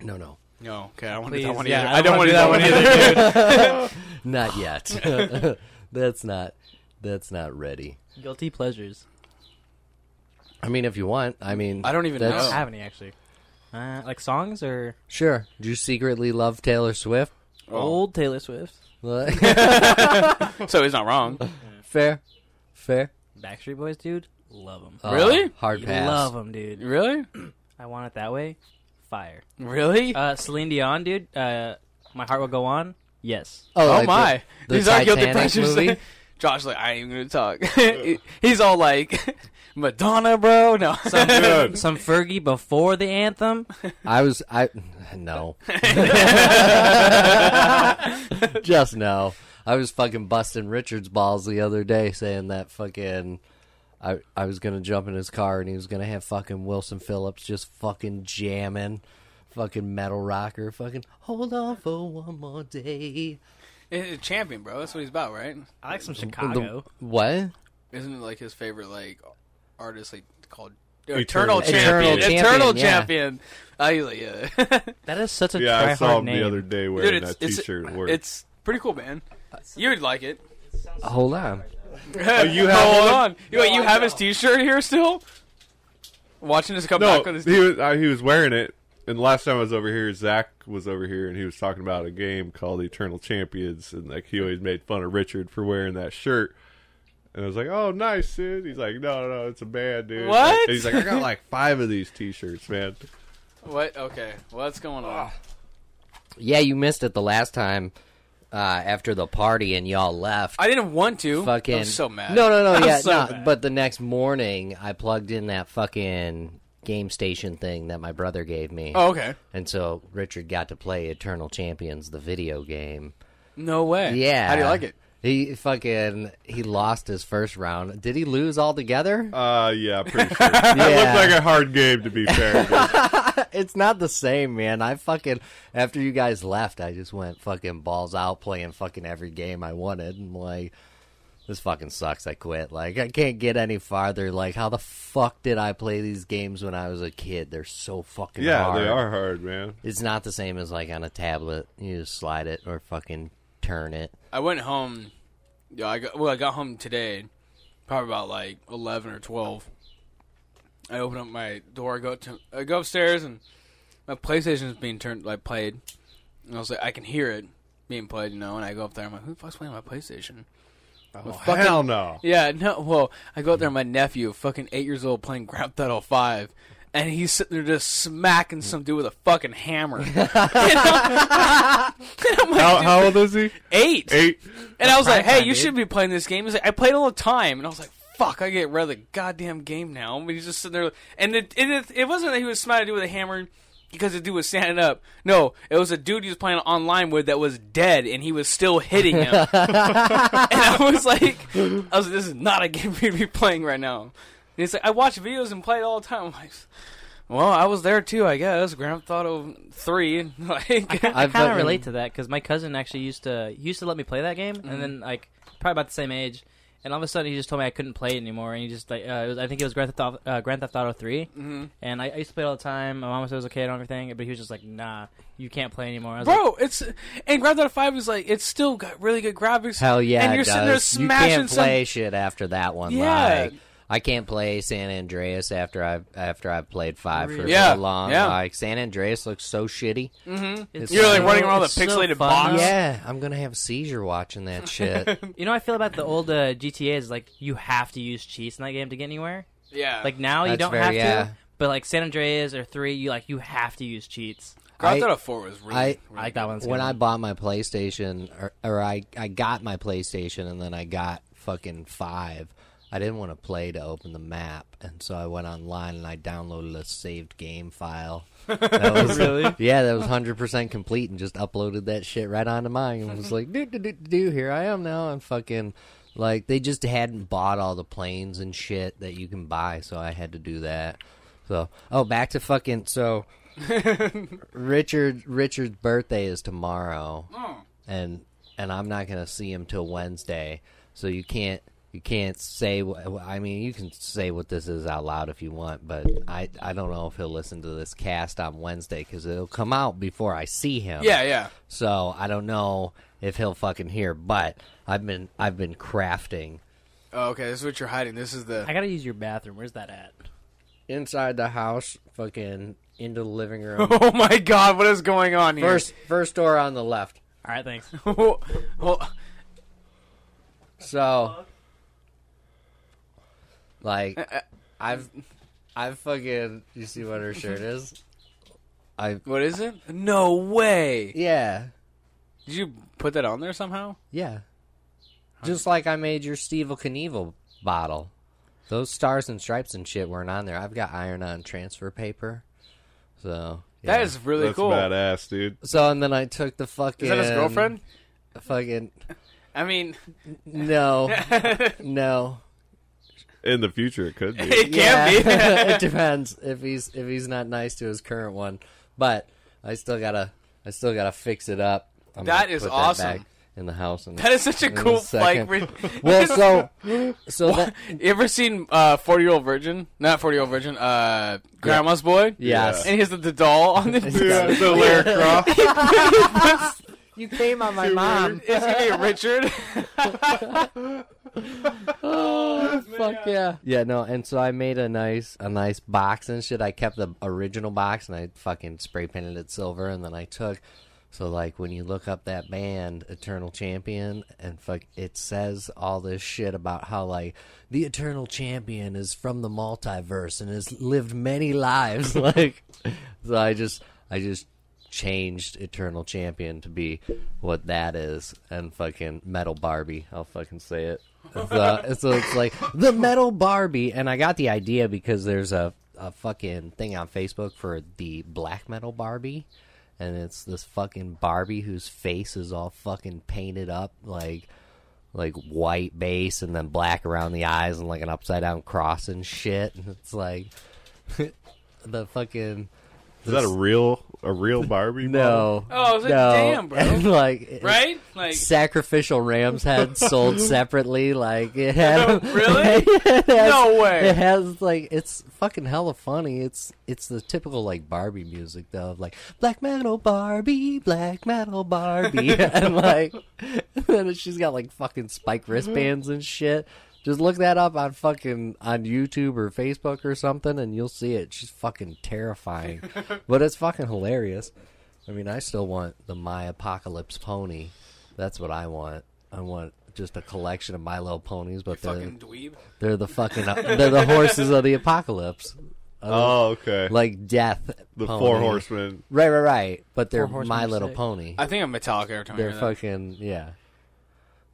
C: No, no.
A: no okay I want
B: Please,
A: to one
B: yeah,
A: either
B: I
A: I don't
B: don't
A: want to do that
B: wanna
A: one
B: do
A: either
C: Not yet. that's not that's not ready.
B: Guilty pleasures.
C: I mean if you want, I mean
A: I don't even
B: I
A: know.
B: don't
D: Oh.
C: that's,
B: have any actually. Uh, like songs or
C: Sure. Do you secretly love Taylor Swift?
D: Oh.
B: old Taylor Swift?
A: So he's not wrong.
C: Fair. Fair.
B: Backstreet Boys, dude, love them.
C: Uh,
A: Really?
C: Hard pass.
B: Love them, dude.
A: Really?
B: I want it that way. Fire.
A: Really?
B: Uh, Celine Dion, dude. Uh, my heart will go on. Yes.
A: oh
C: like the-
A: my!
C: the
A: These are guilty
C: Titanic
A: pleasures.
C: movie?
A: Josh like I ain't even gonna talk. He- he's all like Madonna, bro. No,
B: Some,
D: Good.
B: some Fergie before the anthem.
C: I was I no. Just no. I was fucking busting Richard's balls the other day saying that fucking I I was gonna jump in his car and he was gonna have fucking Wilson Phillips just fucking jamming fucking metal rocker fucking hold on for one more day.
A: he's a champion, bro. That's what he's about, right?
B: I like some
C: The-
B: Chicago.
C: what?
A: Isn't it like his favorite like artist like called Eternal,
D: Eternal
C: Champion.
A: Champion?
C: Eternal
A: Eternal
C: Champion,
A: Champion. I was like, yeah.
B: That is such a
D: Yeah, I
B: try
D: saw
B: hard
D: him
B: name.
D: the other day wearing
A: Dude, it's
D: that
A: it's,
D: T-shirt at work.
A: it's pretty cool, man. You would like it.
C: Hold on.
D: Oh, you have
A: hold
D: one?
A: on. You, you have his T-shirt here still? Watching us come
D: no,
A: back with his.
D: he was uh, he was wearing it. And last time I was over here, Zach was over here, and he was talking about a game called Eternal Champions, and like he always made fun of Richard for wearing that shirt. And I was like, "Oh, nice, dude." He's like, "No, no, it's a bad dude."
A: What?
D: And he's like, "I got like five of these T-shirts, man."
A: What? Okay, what's going
C: Ah.
A: on?
C: Yeah, you missed it the last time uh, after the party and y'all left.
A: I didn't want to.
C: fucking
A: I was so mad.
C: No, no,
A: I
C: no,
A: was
C: yeah,
A: so
C: no,
A: mad.
C: But the next morning, I plugged in that fucking game station thing that my brother gave me,
A: Oh, okay.
C: and so Richard got to play Eternal Champions, the video game.
A: No way.
C: Yeah,
A: How do you like it?
C: He fucking he lost his first round. Did he lose altogether?
D: Uh, yeah, pretty sure. That
C: Yeah.
D: looked like a hard game to be fair. dude.
C: it's not the same, man. I fucking after you guys left, I just went fucking balls out playing fucking every game I wanted and like this fucking sucks. I quit. Like I can't get any farther. Like how the fuck did I play these games when I was a kid? They're so fucking
D: yeah,
C: hard.
D: they are hard, man.
C: It's not the same as like on a tablet. You just slide it or fucking turn it.
A: I went home. Yeah, I got well. I got home today, probably about like eleven or twelve. I open up my door. I go to I go upstairs and my PlayStation's being turned like played, and I was like, I can hear it being played, you know. And I go up there. I'm like, who the fuck's playing my PlayStation?
D: Oh, hell no.
A: Yeah, no. Well, I go up there. My nephew, fucking eight years old, playing Grand Theft Auto Five. And he's sitting there just smacking some dude with a fucking hammer. You know? And I'm like,
D: How,
A: dude,
D: how old is he?
A: eight.
D: Eight.
A: And I was like, "Hey,
B: time,
A: you
B: dude.
A: should be playing this game." He's like, "I played all the time," and I was like, "Fuck, I get rid of the goddamn game now." But he's just sitting there, and it it, it wasn't that he was smiting a dude with a hammer because the dude was standing up. No, it was a dude he was playing online with that was dead, and he was still hitting him. and I was like, "I was, like, this is not a game we'd be playing right now." And he's like, "I watch videos and play it all the time." I'm like. Well, I was there too, I guess. Grand Theft Auto Three, like
B: I kind
C: fucking-
B: of relate to that because my cousin actually used to he used to let me play that game,
A: Mm-hmm.
B: and then like probably about the same age, and all of a sudden he just told me I couldn't play it anymore, and he just like uh, it was, I think it was Grand Theft Auto, uh, Grand Theft Auto 3
A: Mm-hmm.
B: and I, I used to play it all the time. My mom said it was okay and everything, but he was just like, nah, you can't play anymore. I was like,
A: Bro, it's and Grand Theft Auto Five is like it's still got really good graphics.
C: Hell yeah,
A: and you're
C: it does.
A: sitting there
C: you
A: smashing
C: can't
A: some.
C: play shit after that one.
A: Yeah.
C: Like, I can't play San Andreas after I've after I've played five for
A: Yeah,
C: so long.
A: yeah.
C: Like San Andreas looks so shitty.
B: it's
C: You're, like,
A: running around
B: it's
A: with a
B: so
A: pixelated
B: fun,
A: box.
B: though.
C: Yeah, I'm gonna have a seizure watching that shit.
B: You know, what I feel about the old uh, GTA is like you have to use cheats in that game to get anywhere.
A: Yeah,
B: Like now you
C: That's
B: don't
C: fair,
B: have
C: yeah.
B: to, but like San Andreas or three, you like you have to use cheats.
A: Grand
C: I-
A: Theft Auto Four was really.
C: I-
B: I like that one.
C: when I bought my PlayStation, or, or I I got my PlayStation, and then I got fucking five. I didn't want to play to open the map, and so I went online and I downloaded a saved game file. That was,
B: Really?
C: Yeah, that was hundred percent complete, and just uploaded that shit right onto mine, and was like, do do do do. Here I am now. I'm fucking like they just hadn't bought all the planes and shit that you can buy, so I had to do that. So oh, back to fucking so. Richard Richard's birthday is tomorrow,
A: Oh.
C: and and I'm not gonna see him till Wednesday. So you can't you can't say. wh- I mean, you can say what this is out loud if you want, but I I don't know if he'll listen to this cast on Wednesday because it'll come out before I see him.
A: yeah, yeah.
C: So I don't know if he'll fucking hear. But I've been I've been crafting
A: Oh, okay, this is what you're hiding. This is the.
B: I gotta use your bathroom. Where's that at?
C: inside the house. Fucking into the living room.
A: Oh my god, what is going on here?
C: first, first door on the left.
B: All right, thanks.
A: well, well,
C: So, like,
A: Uh,
C: I've, I've fucking. You see what her shirt is? I
A: what is it? No way.
C: yeah
A: Did you put that on there somehow?
C: yeah. Just like I made your Steve Knievel bottle. Those stars and stripes and shit weren't on there. I've got iron-on transfer paper, so yeah.
A: That is really
D: That's
A: cool.
D: badass, dude.
C: So and then I took the fucking.
A: Is that his girlfriend?
C: Fucking
A: I mean,
C: no, no.
D: In the future, it could be.
A: it can be.
C: it depends if he's if he's not nice to his current one. But I still gotta I still gotta fix it up. I'm
A: That
C: gonna
A: is
C: put
A: awesome.
C: back in the house. And
A: That is such a
C: In a
A: cool like.
C: second.
A: Re-
C: well, so so that,
A: you ever seen uh, Forty Year Old Virgin? Not Forty Year Old Virgin. Uh, Grandma's Boy.
C: yes.
A: And he has the, the doll on the.
D: Yeah, the Lara Croft.
C: You came on my mom.
A: It's gonna be Richard.
C: Fuck yeah. Yeah, no, and so I made a nice a nice box and shit. I kept the original box and I fucking spray painted it silver and then I took so like when you look up that band Eternal Champion and fuck it says all this shit about how like the Eternal Champion is from the multiverse and has lived many lives like so I just I just changed Eternal Champion to be what that is and fucking Metal Barbie. I'll fucking say it. So, so it's like the Metal Barbie, and I got the idea because there's a, a fucking thing on Facebook for the Black Metal Barbie, and it's this fucking Barbie whose face is all fucking painted up like like white base and then black around the eyes and like an upside down cross and shit. And it's like the fucking
D: Is that a real a real Barbie? model?
C: no.
A: Oh, I was like,
C: no.
A: damn, bro.
C: And like, it-
A: right? Like
C: Sacrificial ram's head sold separately. Like it had
A: really?
C: it has-
A: No way.
C: It has like it's fucking hella funny. It's it's the typical like Barbie music though, of, like black metal Barbie, black metal Barbie, and like and she's got like fucking spike wristbands and shit. Just look that up on fucking on YouTube or Facebook or something, and you'll see it. She's fucking terrifying, but it's fucking hilarious. I mean, I still want the My Apocalypse Pony. That's what I want. I want just a collection of My Little Ponies, but they're
A: fucking dweeb.
C: they're the fucking they're the horses of the apocalypse,
D: Oh, okay.
C: like death.
D: the
C: pony.
D: Four Horsemen.
C: Right, right, right. But they're
B: Four horsemen
C: My
B: are
C: Little
B: sick.
C: Pony.
A: I think I'm Metallica every time. I
C: they're
A: hear that.
C: fucking yeah.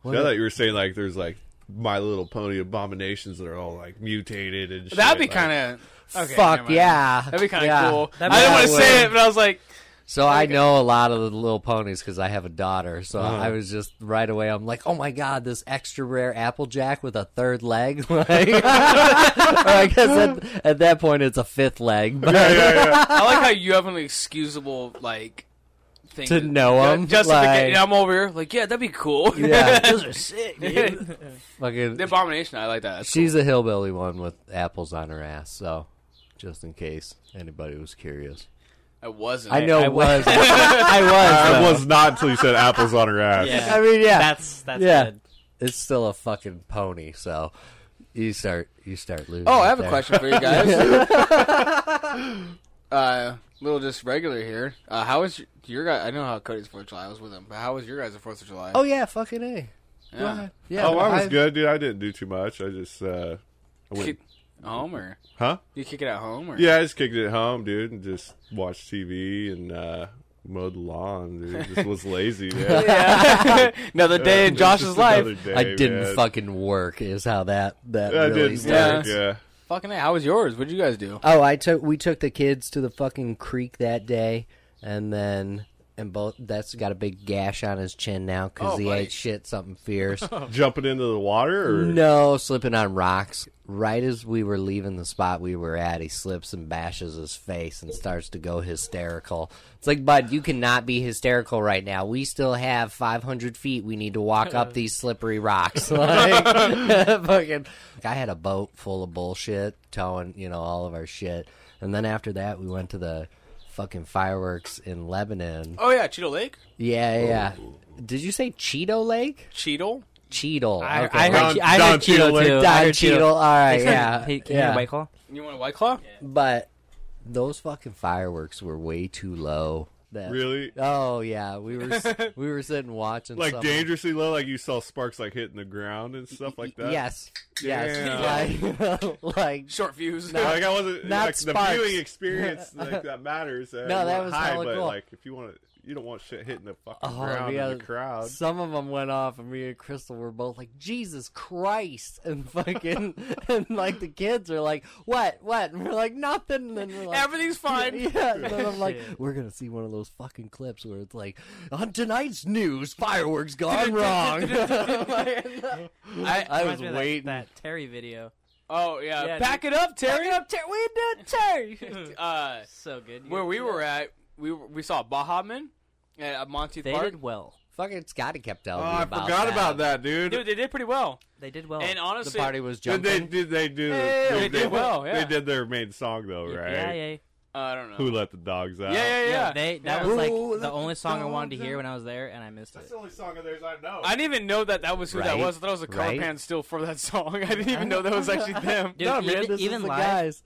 C: What
D: I
C: a-
D: thought you were saying like there's like My Little Pony abominations that are all like mutated and. shit.
A: That'd be
D: like-
A: kind of okay,
C: fuck
A: never mind.
C: yeah.
A: That'd be kind of
C: Yeah.
A: cool.
B: That'd
A: I
B: be
A: didn't want to
B: cool.
A: say it, but I was like,
C: So I know a lot of the little ponies because I have a daughter. So
D: Uh-huh.
C: I was just right away. I'm like, oh my god, this extra rare Applejack with a third leg. Like, or I guess at, at that point it's a fifth leg. But
D: Yeah, yeah, yeah.
A: I like how you have an excusable like thing
C: To know 'em,
A: Justification.
C: like-
A: Yeah, I'm over here. Like, yeah, that'd be cool.
C: Yeah.
B: Those are sick. Dude.
C: fucking,
A: the abomination. I like that. That's
C: she's a hillbilly one with apples on her ass. So just in case anybody was curious,
A: cool. I wasn't.
C: I know
B: I
C: it was. I was.
D: I
C: though.
D: was not until you said apples on her ass.
B: Yeah.
C: I mean, yeah.
B: That's that's
C: yeah.
B: good.
C: It's still a fucking pony. So you start you start losing.
A: Oh,
C: it
A: I have a
C: there.
A: question for you guys. uh, little just regular here. Uh, how was your, your guy? I know how Cody's Fourth of July. I was with him, but how was your guys' Fourth of July?
C: Oh yeah, fucking a.
A: Yeah.
C: Yeah.
D: Oh, I was
C: I-
D: good, dude. I didn't do too much. I just, uh, I went,
A: Kick- home or
D: huh?
A: you kick it at home or
D: Yeah, I just kicked it home, dude, and just watched TV and uh, mowed the lawn. Dude, just was lazy. Man.
A: Yeah. another day in
D: It's
A: Josh's
D: just
A: life.
D: another day,
C: I didn't
D: man.
C: fucking work is how that that
D: I
C: really
D: didn't.
C: started.
D: Work, yeah.
A: Fucking A, how was yours? What did you guys do?
C: Oh, I took we took the kids to the fucking creek that day, and then and both that's got a big gash on his chin now because
A: Oh,
C: he
A: buddy.
C: ate shit something fierce.
D: Jumping into the water or
C: no, slipping on rocks. Right as we were leaving the spot we were at, he slips and bashes his face and starts to go hysterical. It's like, bud, you cannot be hysterical right now. We still have 500 feet. We need to walk up these slippery rocks. Like, fucking, I had a boat full of bullshit, towing, you know, all of our shit. And then after that, we went to the fucking fireworks in Lebanon.
A: Oh yeah, Cheeto Lake,
C: Yeah, yeah. Did you say Cheeto Lake?
A: Cheeto.
C: Cheetle.
B: I,
C: Okay.
B: I heard,
D: Don-
B: Don, I
D: Don
B: heard Cheeto
D: Cheadle.
B: too. I
C: Don
B: heard
C: Cheadle. All right,
B: Hey,
C: yeah,
B: Can you
C: yeah.
B: hear White Claw?
A: You want a White Claw?
C: But those fucking fireworks were way too low. That,
D: Really?
C: Oh yeah, we were s- we were sitting watching
D: Like
C: someone-
D: dangerously low, like you saw sparks like hitting the ground and stuff like that.
C: Yes, yes,
D: Damn.
C: like, like
A: Short fuse.
D: Yeah, like I wasn't
C: Not
D: like the
C: sparks.
D: viewing experience like that matters. Uh,
C: No, that
D: you want
C: was
D: high,
C: hella
D: but
C: cool.
D: like if you want to, you don't want shit hitting the fucking
C: Oh,
D: ground
C: yeah.
D: in the crowd.
C: Some of them went off, and me and Crystal were both like, "Jesus Christ!" and fucking and like the kids are like, "What? What?" and we're like, "Nothing." And then we're like,
A: Everything's fine.
C: Yeah, and then I'm like,
B: Shit.
C: we're gonna see one of those fucking clips where it's like, on tonight's news, fireworks gone wrong. I was
B: Reminds me of that-
C: waiting.
B: That, Terry video.
A: Oh yeah,
B: Yeah,
A: back it up, Terry.
C: Up there, we did Terry.
A: Uh,
B: So good. You
A: where
B: guys
A: we
B: see
A: were
B: that?
A: at, we were, we saw Bahaman at uh, Monty
B: They
A: Park.
B: did well.
C: fucking Scotty kept
D: Oh,
C: telling me
D: I
C: about
D: forgot
C: that.
D: about that, dude.
A: Dude, they did pretty well.
B: They did well.
A: And
C: The
A: honestly,
C: party was
D: Did they
C: jumping.
D: did they do? the-
A: Yeah, yeah, yeah, they did well, yeah.
D: They did their main song though, right?
B: Yeah, yeah.
A: uh, I don't know.
D: Who let the dogs out?
A: yeah, yeah, yeah.
B: No, they, that
A: Yeah.
B: was
C: Ooh,
B: like
C: let
B: the
C: the
B: only song I wanted to
C: dogs
B: hear
C: out.
B: when I was there, and I missed
D: That's
B: it.
D: the only song of theirs I know.
A: I didn't even know that that was who that
C: Right?
A: was. I thought it was a cover
C: Right?
A: band still for that song. I didn't even know that was actually them.
B: Dude,
C: no,
B: even-
C: man, this
B: even
C: is the
B: live-
C: guys.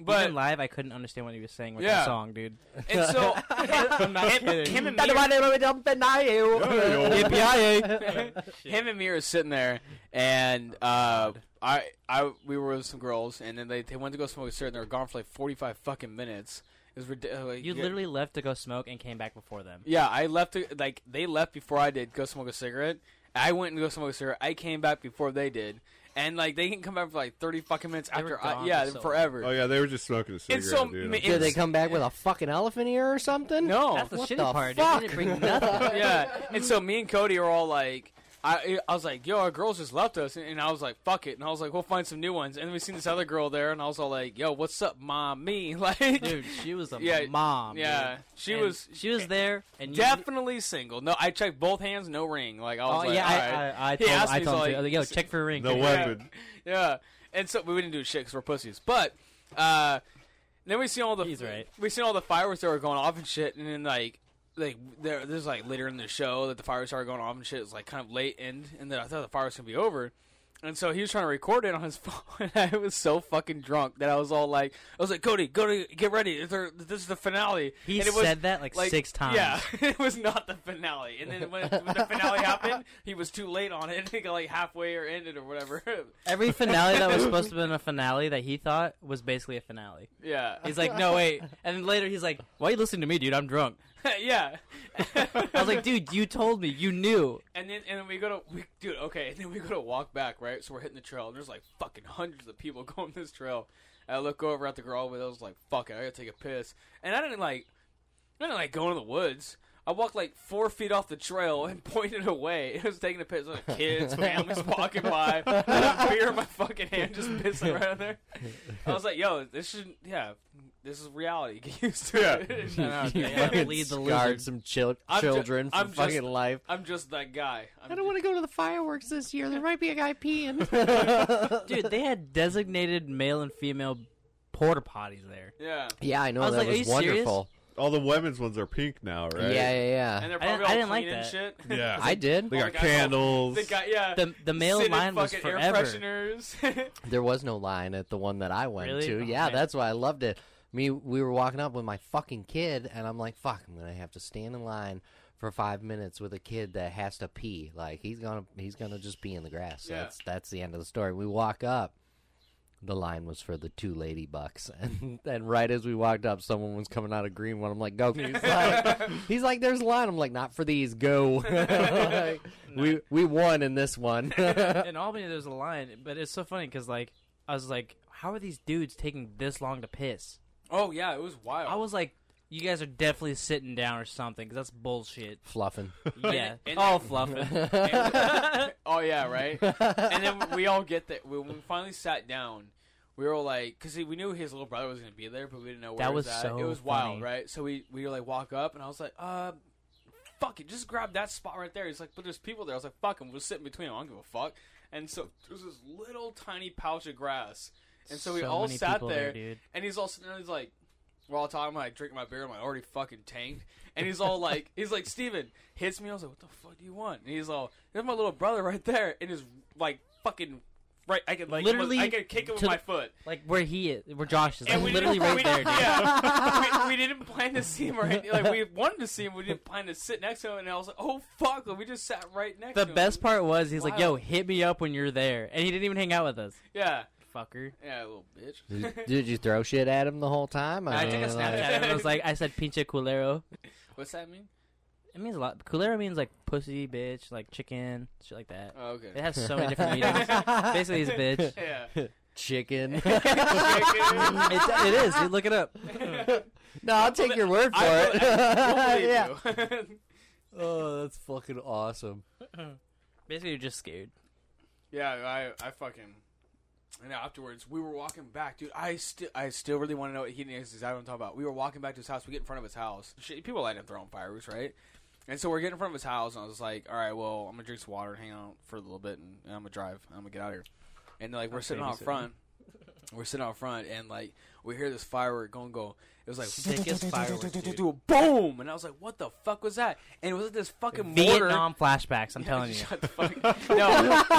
A: But
B: Even live, I couldn't understand what he was saying with
A: Yeah.
B: that song, dude.
A: and so
B: I'm not
A: him,
B: kidding.
A: him and
C: That's
A: me,
C: why they were jumping at you.
D: Yeah,
A: him and me are sitting there, and uh, I, I, we were with some girls, and then they, they went to go smoke a cigarette, and they were gone for like forty five fucking minutes. It was uh, ridiculous.
B: You literally left to go smoke and came back before them.
A: Yeah, I left. to- Like they left before I did. Go smoke a cigarette. I went and go smoke a cigarette. I came back before they did, and like they can come back for like thirty fucking minutes
B: were
A: after. I,
B: gone
A: yeah,
B: for so
A: forever.
D: Oh yeah, they were just smoking a cigarette.
A: It's so
D: dude.
A: ma- it
C: Did they
A: was-
C: come back with a fucking elephant ear or something?
A: No,
B: Oh, That's the
C: What
B: shitty
C: the
B: part. dude. They didn't bring nothing.
A: yeah. And so me and Cody are all like, I, I was like, yo, our girls just left us. And, and I was like, fuck it. And I was like, we'll find some new ones. And then we seen this other girl there, and I was all like, yo, what's up, mommy? Like,
B: Dude, she was a
A: Yeah,
B: mom.
A: yeah.
B: dude.
A: She
B: And
A: was-
B: she was there, and you-
A: definitely single. No, I checked both hands, no ring. Like, I
B: Oh
A: was like,
B: yeah,
A: all right.
B: I, I, I
A: He
B: told,
A: asked
B: I
A: me,
B: told
A: so,
B: him,
A: like,
B: to- yo, check for a ring.
D: no
B: dude.
D: weapon.
A: yeah. And so we didn't do shit because we're pussies. But, uh, then we see all the
B: He's right.
A: we seen all the fireworks that were going off and shit, and then like like there, there's like later in the show that the fireworks started going off and shit. It's like kind of late end, and then I thought the fireworks gonna be over. And so he was trying to record it on his phone, and I was so fucking drunk that I was all like, I was like, Cody, Cody, get ready. There- This is the finale.
B: He
A: And it was,
B: said that, like, six times.
A: Yeah, it was not the finale. And then when, when the finale happened, he was too late on it. He got like halfway or ended or whatever.
B: Every finale that was supposed to be a finale that he thought was basically a finale.
A: yeah,
B: He's like, no, wait. And then later he's like, why are you listening to me, dude? I'm drunk.
A: yeah.
B: I was like, dude, you told me. You knew.
A: And then and then we go to we, dude, okay, and then we go to walk back, right? So we're hitting the trail and there's like fucking hundreds of people going this trail. And I look over at the girl with I was like, fuck it, I gotta take a piss. And I didn't like I didn't like go into the woods. I walked like four feet off the trail and pointed away. It was taking a piss. Like kids, families walking by, beer in my fucking hand, just pissing right out there. I was like, "Yo, this should, yeah, this is reality. Get used to it."
B: No, no,
C: You
B: okay.
C: fucking
B: Lead the
C: scarred
B: lizard.
C: some chil-
A: I'm ju-
C: children from
A: I'm just-
C: fucking life.
A: I'm just that guy. I'm
C: I don't want to go to the fireworks this year. There might be a guy peeing.
B: Dude, they had designated male and female porta potties there.
A: yeah.
C: yeah, I know
B: I was
C: that
B: like, are
C: was
B: you serious?
C: wonderful.
D: All the women's ones are pink now, right?
C: Yeah, yeah,
A: And they're
B: I
C: yeah.
B: didn't-
A: probably
B: I
A: all
B: didn't like
A: clean and shit.
D: Yeah.
C: I did.
D: they
A: Oh
D: got
A: my God.
D: candles.
A: They got yeah.
B: The the male
A: sitting
B: line was
A: fucking
B: forever.
A: air fresheners.
C: There was no line at the one that I went
B: Really?
C: to.
B: Oh,
C: yeah,
B: man.
C: that's why I loved it. Me, we were walking up with my fucking kid, and I'm like, "Fuck, I'm gonna have to stand in line for five minutes with a kid that has to pee. Like he's gonna, he's gonna just pee in the grass.
A: Yeah.
C: That's that's the end of the story." We walk up. The line was for the two lady bucks, and and right as we walked up, someone was coming out of green one. I'm like, "Go!" He's like, he's like "There's a line." I'm like, "Not for these. Go." Like, We we won in this one.
B: in Albany, there's a line, but it's so funny because like I was like, how are these dudes taking this long to piss?
A: oh yeah, it was wild.
B: I was like, you guys are definitely sitting down or something because that's bullshit.
C: Fluffing.
B: Yeah,
A: and-
B: all fluffing.
A: oh yeah, right. and then we all get that when we finally sat down. We were all like, because we knew his little brother was gonna be there, but we didn't know where
B: That
A: he
B: was
A: at.
B: so
A: it was wild,
B: funny.
A: right? So we we were like walk up, and I was like, uh, fuck it, just grab that spot right there. He's like, but there's people there. I was like, fuck him, we'll sit in between. them. I don't give a fuck. And so there's this little tiny pouch of grass, and so we
B: So
A: all
B: many
A: sat
B: people
A: there,
B: there, dude.
A: and he's all sitting there, and he's like, we're all talking about like, drinking my beer. I'm like already fucking tanked, and he's all like, he's like Steven hits me. I was like, what the fuck do you want? And he's all, there's my little brother right there, and his like fucking Right, I could like
B: Literally
A: I could kick it with
B: to
A: my
B: the-
A: foot.
B: Like where he is, where Josh is,
A: And
B: like
A: we
B: literally
A: didn't-
B: right
A: we,
B: there. Dude.
A: Yeah, we, we didn't plan to see him. Or anything. Like we wanted to see him, we didn't plan to sit next to him. And I was like, "Oh fuck!" We just sat right next.
B: The
A: to
B: best
A: him.
B: part was he's like,
A: Wow.
B: "Yo, hit me up when you're there," and he didn't even hang out with us.
A: Yeah,
B: Fucker.
A: yeah, little bitch.
C: Did, did you throw shit at him the whole time?
A: I took a
C: mean,
A: snapshot.
C: like-
B: And I was like, I said "pinche culero."
A: What's that mean?
B: It means a lot. Culero means like pussy, bitch, like chicken, shit like that.
A: Oh,
B: It
A: okay.
B: has so many different meanings. Basically, he's a bitch.
A: Yeah.
C: chicken.
A: I
B: It's, it is. Dude, look it up.
C: no, I'll take your word for it. yeah.
A: will- I will believe you.
C: Oh, that's fucking awesome.
B: Basically, you're just scared.
A: yeah, I, I fucking. And afterwards, we were walking back, dude. I still, I still really want to know what he is. Exactly what I'm talking about. We were walking back to his house. We get in front of his house. Shit, people light up their own fireworks, right? And so we're getting in front of his house, and I was like, "All right, well, I'm gonna drink some water and hang out for a little bit, and, and I'm gonna drive. I'm gonna get out of here." And like we're sitting out
B: babysitting.
A: front, we're sitting out front, and like we hear this firework going go. It was like
B: Sickest fireworks,
A: do a boom, and I was like, "What the fuck was that?" And it was like this fucking mortar.
B: Vietnam flashbacks. I'm telling you.
A: Shut the fuck. No,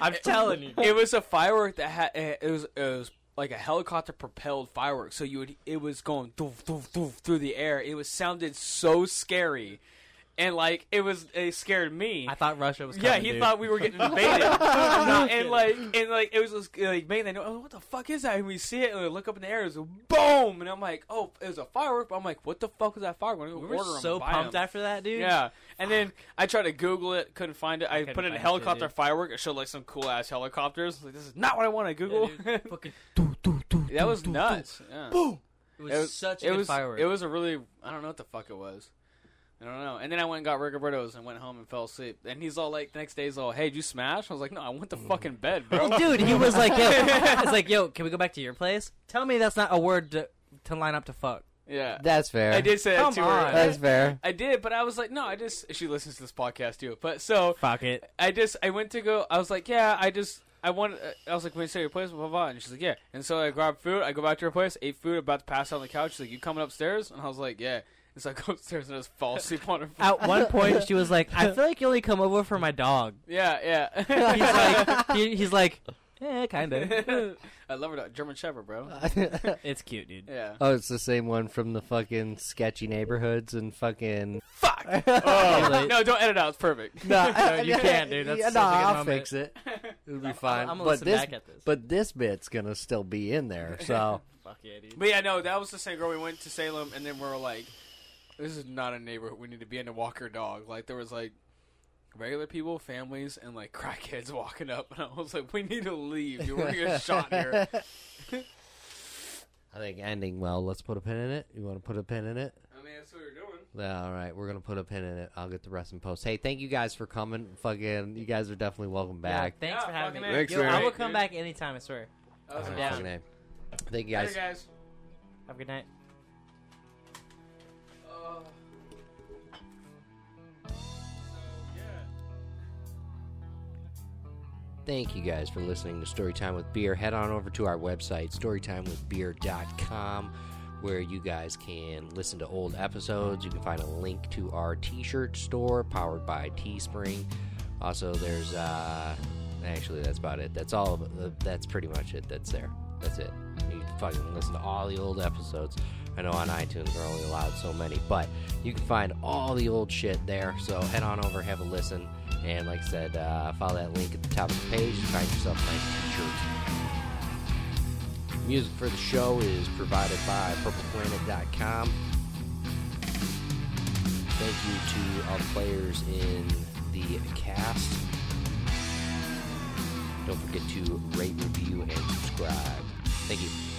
B: I'm telling you.
A: it was a firework that had eh, it was it was like a helicopter propelled firework. So you would it was going doof, doof, doof through the air. It was sounded so scary, and like it was it scared me.
B: I thought Russia was. Coming,
A: Yeah, he
B: dude.
A: thought we were getting invaded, No, and like, and like, it was just, like, man, they know, oh, what the fuck is that? And we see it, and we look up in the air, it's boom, and I'm like, oh, it was a firework. But I'm like, what the fuck was that firework? I'm gonna go
B: We were
A: order 'em,
B: so
A: buy 'em.
B: pumped after that, dude.
A: Yeah, and then I tried to Google it, couldn't find it. I,
B: couldn't
A: put in a
B: find it,
A: helicopter
B: dude.
A: firework. It showed like some cool ass helicopters. I was Like this is not what I want to Google.
B: Yeah, dude, fucking,
A: that was nuts. Yeah. Boom!
B: it was such a
A: it
B: good
A: was,
B: firework.
A: It was a really I don't know what the fuck it was. I don't know. And then I went and got Rigoberto's and went home and fell asleep. And he's all like, the next day he's all, "Hey, did you smash?" I was like, "No, I went to fucking bed, bro."
B: Well, dude, he was like, yo, it's like, yo, can we go back to your place? Tell me that's not a word to, to line up to fuck.
A: yeah,
C: That's fair.
A: I did say that
B: Come
A: to
B: on.
A: her.
C: That's fair.
A: I did, but I was like, "No, I just." She listens to this podcast too, but so
B: Fuck it.
A: I just I went to go. I was like, yeah, I just I want. uh, I was like, when you say your place, blah blah blah. And she's like, yeah. And so I grabbed food. I go back to her place, ate food, about to pass out on the couch. She's like, you coming upstairs? And I was like, yeah. And so I go upstairs and I just fall asleep on her. Floor.
B: At one point, she was like, I feel like you only come over for my dog.
A: Yeah,
B: He's
A: yeah.
B: like, he, he's like, eh, kind of.
A: I love her dog, German Shepherd,
B: Uh,
A: bro.
B: It's cute, dude.
A: Yeah.
C: oh, it's the same one from the fucking sketchy neighborhoods and fucking.
A: Fuck.
B: Like,
A: No, don't edit out. It's perfect.
C: No,
B: Oh. you can't, dude. That's
C: yeah,
B: such
C: no,
B: a good
C: I'll
B: moment.
C: fix it. It'll be fine.
B: I'm gonna
C: but
B: listen
C: this,
B: back at this.
C: but this bit's gonna still be in there. So
B: Fuck yeah, dude.
A: But yeah, no, that was the same girl. We went to Salem, and then we were like, "This is not a neighborhood. We need to be in to walk our dog." Like there was like regular people, families, and like crackheads walking up, and I was like, "We need to leave. You're gonna get shot here."
C: I think ending well. Let's put a pin in it. You want to put a pin in it?
A: I mean, that's what we're doing.
C: Yeah, all right, we're gonna put a pin in it. I'll get the rest in post. Hey, thank you guys for coming. Fucking, you guys are definitely welcome back.
B: Thanks
A: Yeah,
B: for having
A: fucking
B: me.
D: Thanks,
B: Yo, I
D: man.
B: will come back anytime, I swear.
A: That was
C: All
A: a
C: right,
B: down.
C: fucking A. Thank you
A: Later,
C: guys.
A: guys.
B: Have a good night.
C: Thank you guys for listening to Storytime with Beer. Head on over to our website, storytimewithbeer.com, where you guys can listen to old episodes. You can find a link to our t shirt store powered by Teespring. Also, there's, uh, actually, that's about it. That's all, of it. that's pretty much it. That's there. That's it. You can fucking listen to all the old episodes. I know on iTunes we're only allowed so many, but you can find all the old shit there. So head on over, have a listen, and like I said, uh, follow that link at the top of the page to find yourself a nice t-shirt. Music for the show is provided by purpleplanet.com. Thank you to all the players in the cast. Don't forget to rate, review, and subscribe. Thank you.